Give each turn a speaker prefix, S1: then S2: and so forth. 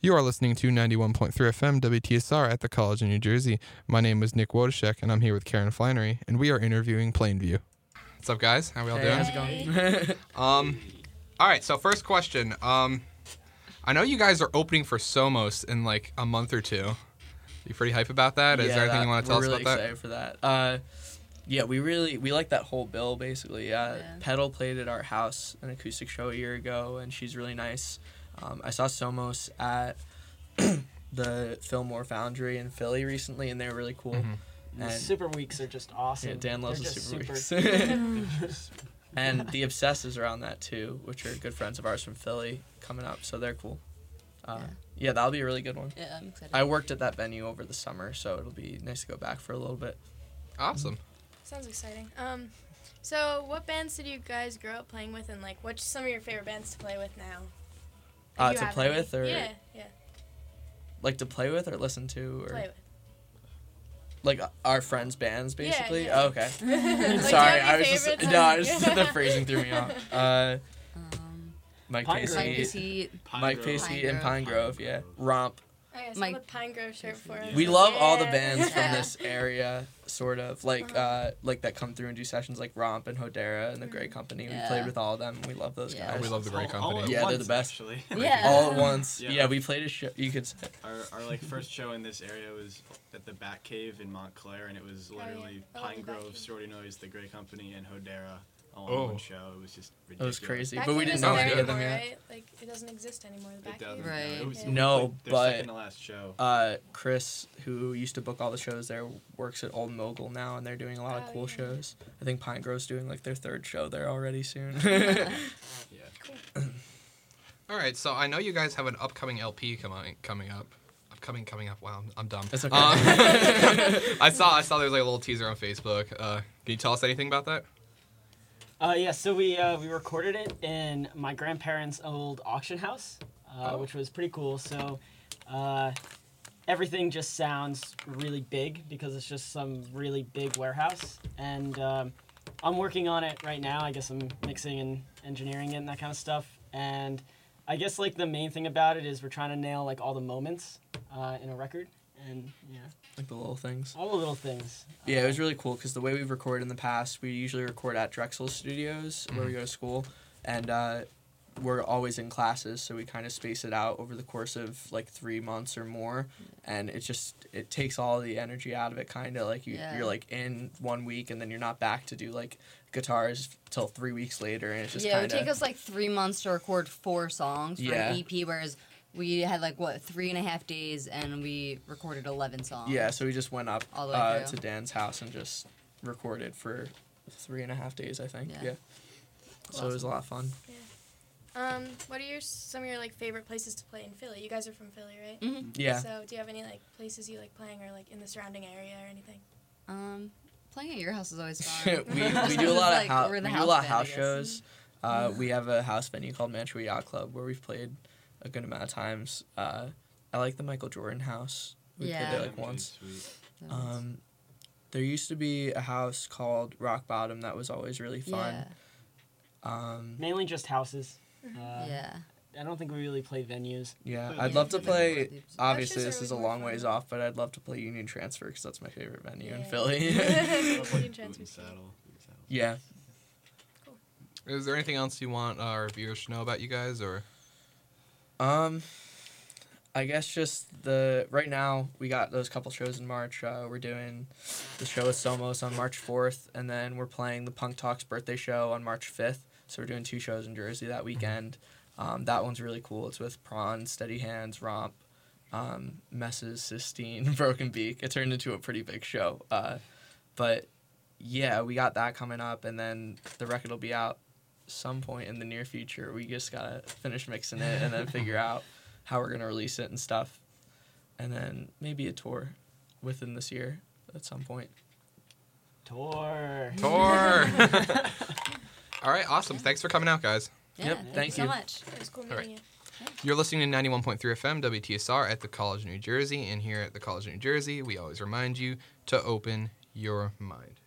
S1: You are listening to 91.3 FM WTSR at the College in New Jersey. My name is Nick Wodashek, and I'm here with Karen Flannery, and we are interviewing Plainview. What's up, guys? How we all
S2: Hey,
S1: doing?
S2: how's it going?
S1: Um, all right. So first question. Um, I know you guys are opening for Somos in like a month or two. You pretty hype about that? Is
S2: Yeah,
S1: there anything
S2: that-
S1: you want to tell
S2: we're
S1: us
S2: really
S1: about
S2: excited for that. Uh, yeah, we really we like that whole bill basically. Uh,
S3: Yeah.
S2: Pedal played at our house an acoustic show a year ago, and she's really nice. Um, I saw Somos at the Fillmore Foundry in Philly recently, and they were really cool.
S1: Mhm.
S4: The
S2: And-
S4: super weeks are just awesome.
S2: Yeah, Dan loves
S4: They're
S2: the
S4: just
S2: Super Weeks.
S4: They're
S2: And the Obsessives are on that too, which are good friends of ours from Philly coming up, so they're cool. Uh,
S3: Yeah.
S2: yeah, that'll be a really good one.
S3: Yeah, I'm excited.
S2: I worked at that venue over the summer, so it'll be nice to go back for a little bit.
S1: that? Awesome.
S5: Sounds exciting. Um, so what bands did you guys grow up playing with, and like, what's some of your favorite bands to play with now? If
S2: Uh,
S5: you
S2: to
S5: have
S2: play
S5: any.
S2: with or-
S5: yeah, yeah,
S2: Like to play with or listen to, or
S5: play with.
S2: like uh, our friends' bands,
S5: Yeah,
S2: basically.
S5: yeah.
S2: Oh, okay.
S5: Like, do you have
S2: Sorry,
S5: any
S2: I was just
S5: favorites?
S2: no, I was just, the phrasing threw me off. Uh,
S3: Um,
S2: Mike
S4: Pine
S2: Pacey,
S3: Mike
S4: Grove. Pine
S3: Pacey,
S2: Mike Pacey,
S3: Pine
S2: and
S3: Grove.
S2: Pine Grove. Yeah, Romp.
S5: Okay, so
S3: Mike-
S5: the Pine Grove shirt for us.
S2: We love all the bands from
S3: Yeah.
S2: this area, sort of like
S5: Uh-huh.
S2: uh, like that come through and do sessions like Romp and Hodera and the
S5: Mm.
S2: Great Company. We played
S3: Yeah.
S2: with all of them. We love those
S3: Yeah.
S2: guys.
S1: Oh, we love the Great
S2: at
S1: Company.
S2: Yeah, they're the best.
S6: Actually,
S3: Yeah.
S2: all at once.
S6: Yeah.
S2: Yeah, we played a show. You could say.
S6: our, our like first show in this area was at the Bat Cave in Montclair, and it was
S5: Oh, yeah.
S6: literally
S5: I love
S6: Pine
S5: the Bat
S6: Grove,
S5: Cave.
S6: Sorority Noise, The Great Company, and Hodera all
S1: Oh.
S6: in one show. It was just
S2: It was
S6: ridiculous.
S2: crazy,
S5: Back
S2: but we didn't
S5: Cave isn't
S2: know
S5: there
S2: any of them
S5: anymore,
S2: yet.
S5: Right? Like it doesn't exist anymore. The
S6: It
S5: back
S6: doesn't.
S5: Cave.
S6: no,
S3: Right.
S6: It was,
S5: Yeah.
S2: No,
S6: like, their
S2: but-
S6: second to last show.
S2: Uh, Chris, who used to book all the shows there, works at Old Mogul now, and they're doing a lot of
S5: Oh,
S2: cool
S5: yeah.
S2: shows. I think Pine Grove's doing like their third show there already soon.
S1: All right. So I know you guys have an upcoming LP coming coming up. Upcoming coming up. Wow, I'm, I'm dumb. Um,
S2: That's okay.
S5: Uh.
S1: I saw I saw there was like a little teaser on Facebook. Uh, can you tell us anything about that?
S4: Uh, yeah, so we uh, we recorded it in my grandparents' old auction house, uh,
S2: Oh.
S4: which was pretty cool. So uh, everything just sounds really big because it's just some really big warehouse. And um, I'm working on it right now. I guess I'm mixing and engineering it and that kind of stuff. And I guess like the main thing about it is we're trying to nail like all the moments uh, in a record and yeah,
S2: like the little things.
S4: all the little things. Uh,
S2: Yeah, it was really cool because the way we've recorded in the past, we usually record at Drexel Studios where
S3: Mm-hmm.
S2: we go to school, and uh, we're always in classes, so we kind of space it out over the course of like three months or more, and it just it takes all the energy out of it. Kind of like you
S3: Yeah.
S2: you're like in one week and then you're not back to do like guitars till three weeks later, and it's just
S3: yeah, it would
S2: kind
S3: take
S2: of
S3: us like three months to record four songs for
S2: Yeah.
S3: an EP, whereas we had like what three and a half days and we recorded eleven songs.
S2: yeah. So we just went up
S3: All the way
S2: uh, to
S3: through.
S2: Dan's house and just recorded for three and a half days, I think.
S3: Yeah.
S2: Yeah. So it was a lot of fun.
S5: Um, what are your some of your like favorite places to play in Philly? You guys are from Philly, right?
S3: Mhm.
S2: Yeah.
S5: So do you have any like places you like playing, or like in the surrounding area or anything?
S3: Um, playing at your house is always
S2: we,
S3: fun.
S2: we do a lot of
S3: Like,
S2: house,
S3: we're
S2: we
S3: the
S2: do a
S3: house
S2: lot of
S3: band, I
S2: house
S3: guess.
S2: shows. Uh, we have a house venue called Mantua Yacht Club where we've played a good amount of times. Uh, I like the Michael Jordan house. We played
S3: Yeah.
S2: there like
S6: That was
S2: once.
S6: sweet.
S3: That was-
S2: Um, there used to be a house called Rock Bottom that was always really fun.
S3: yeah,
S2: Um,
S4: Mainly just houses. Uh,
S3: yeah.
S4: I don't think we really play venues.
S2: yeah,
S6: Played
S2: I'd love
S6: a lot
S2: to
S6: of
S2: play.
S3: venues.
S2: Obviously,
S5: Houses are
S2: this is a
S5: always more
S2: long ways
S5: fun.
S2: off, but I'd love to play Union Transfer because that's my favorite venue in
S5: Yeah.
S2: Philly.
S6: Boot and
S5: Transfer station.
S6: Saddle, Boot and Saddle.
S2: yeah,
S1: Is there anything else you want our viewers to know about you guys or?
S2: Um, I guess just the right now we got those couple shows in March. Uh, we're doing the show with Somos on March fourth, and then we're playing the Punk Talks birthday show on March fifth. So we're doing two shows in Jersey that weekend. Um, that one's really cool. It's with Prawn, Steady Hands, Romp, um, Messes, Sistine, Broken Beak. It turned into a pretty big show. Uh, but yeah, we got that coming up, and then the record will be out some point in the near future. We just gotta finish mixing it and then figure out how we're gonna release it and stuff, and then maybe a tour within this year at some point.
S4: Tour.
S1: Tour. All right, awesome. Thanks for coming out, guys.
S3: Yeah,
S2: Yep,
S3: thank
S2: thank
S3: you so
S2: you.
S3: much.
S5: It was cool meeting
S1: right.
S5: you.
S1: You're listening to 91.3 FM WTSR at the College of New Jersey, and here at the College of New Jersey, we always remind you to open your mind.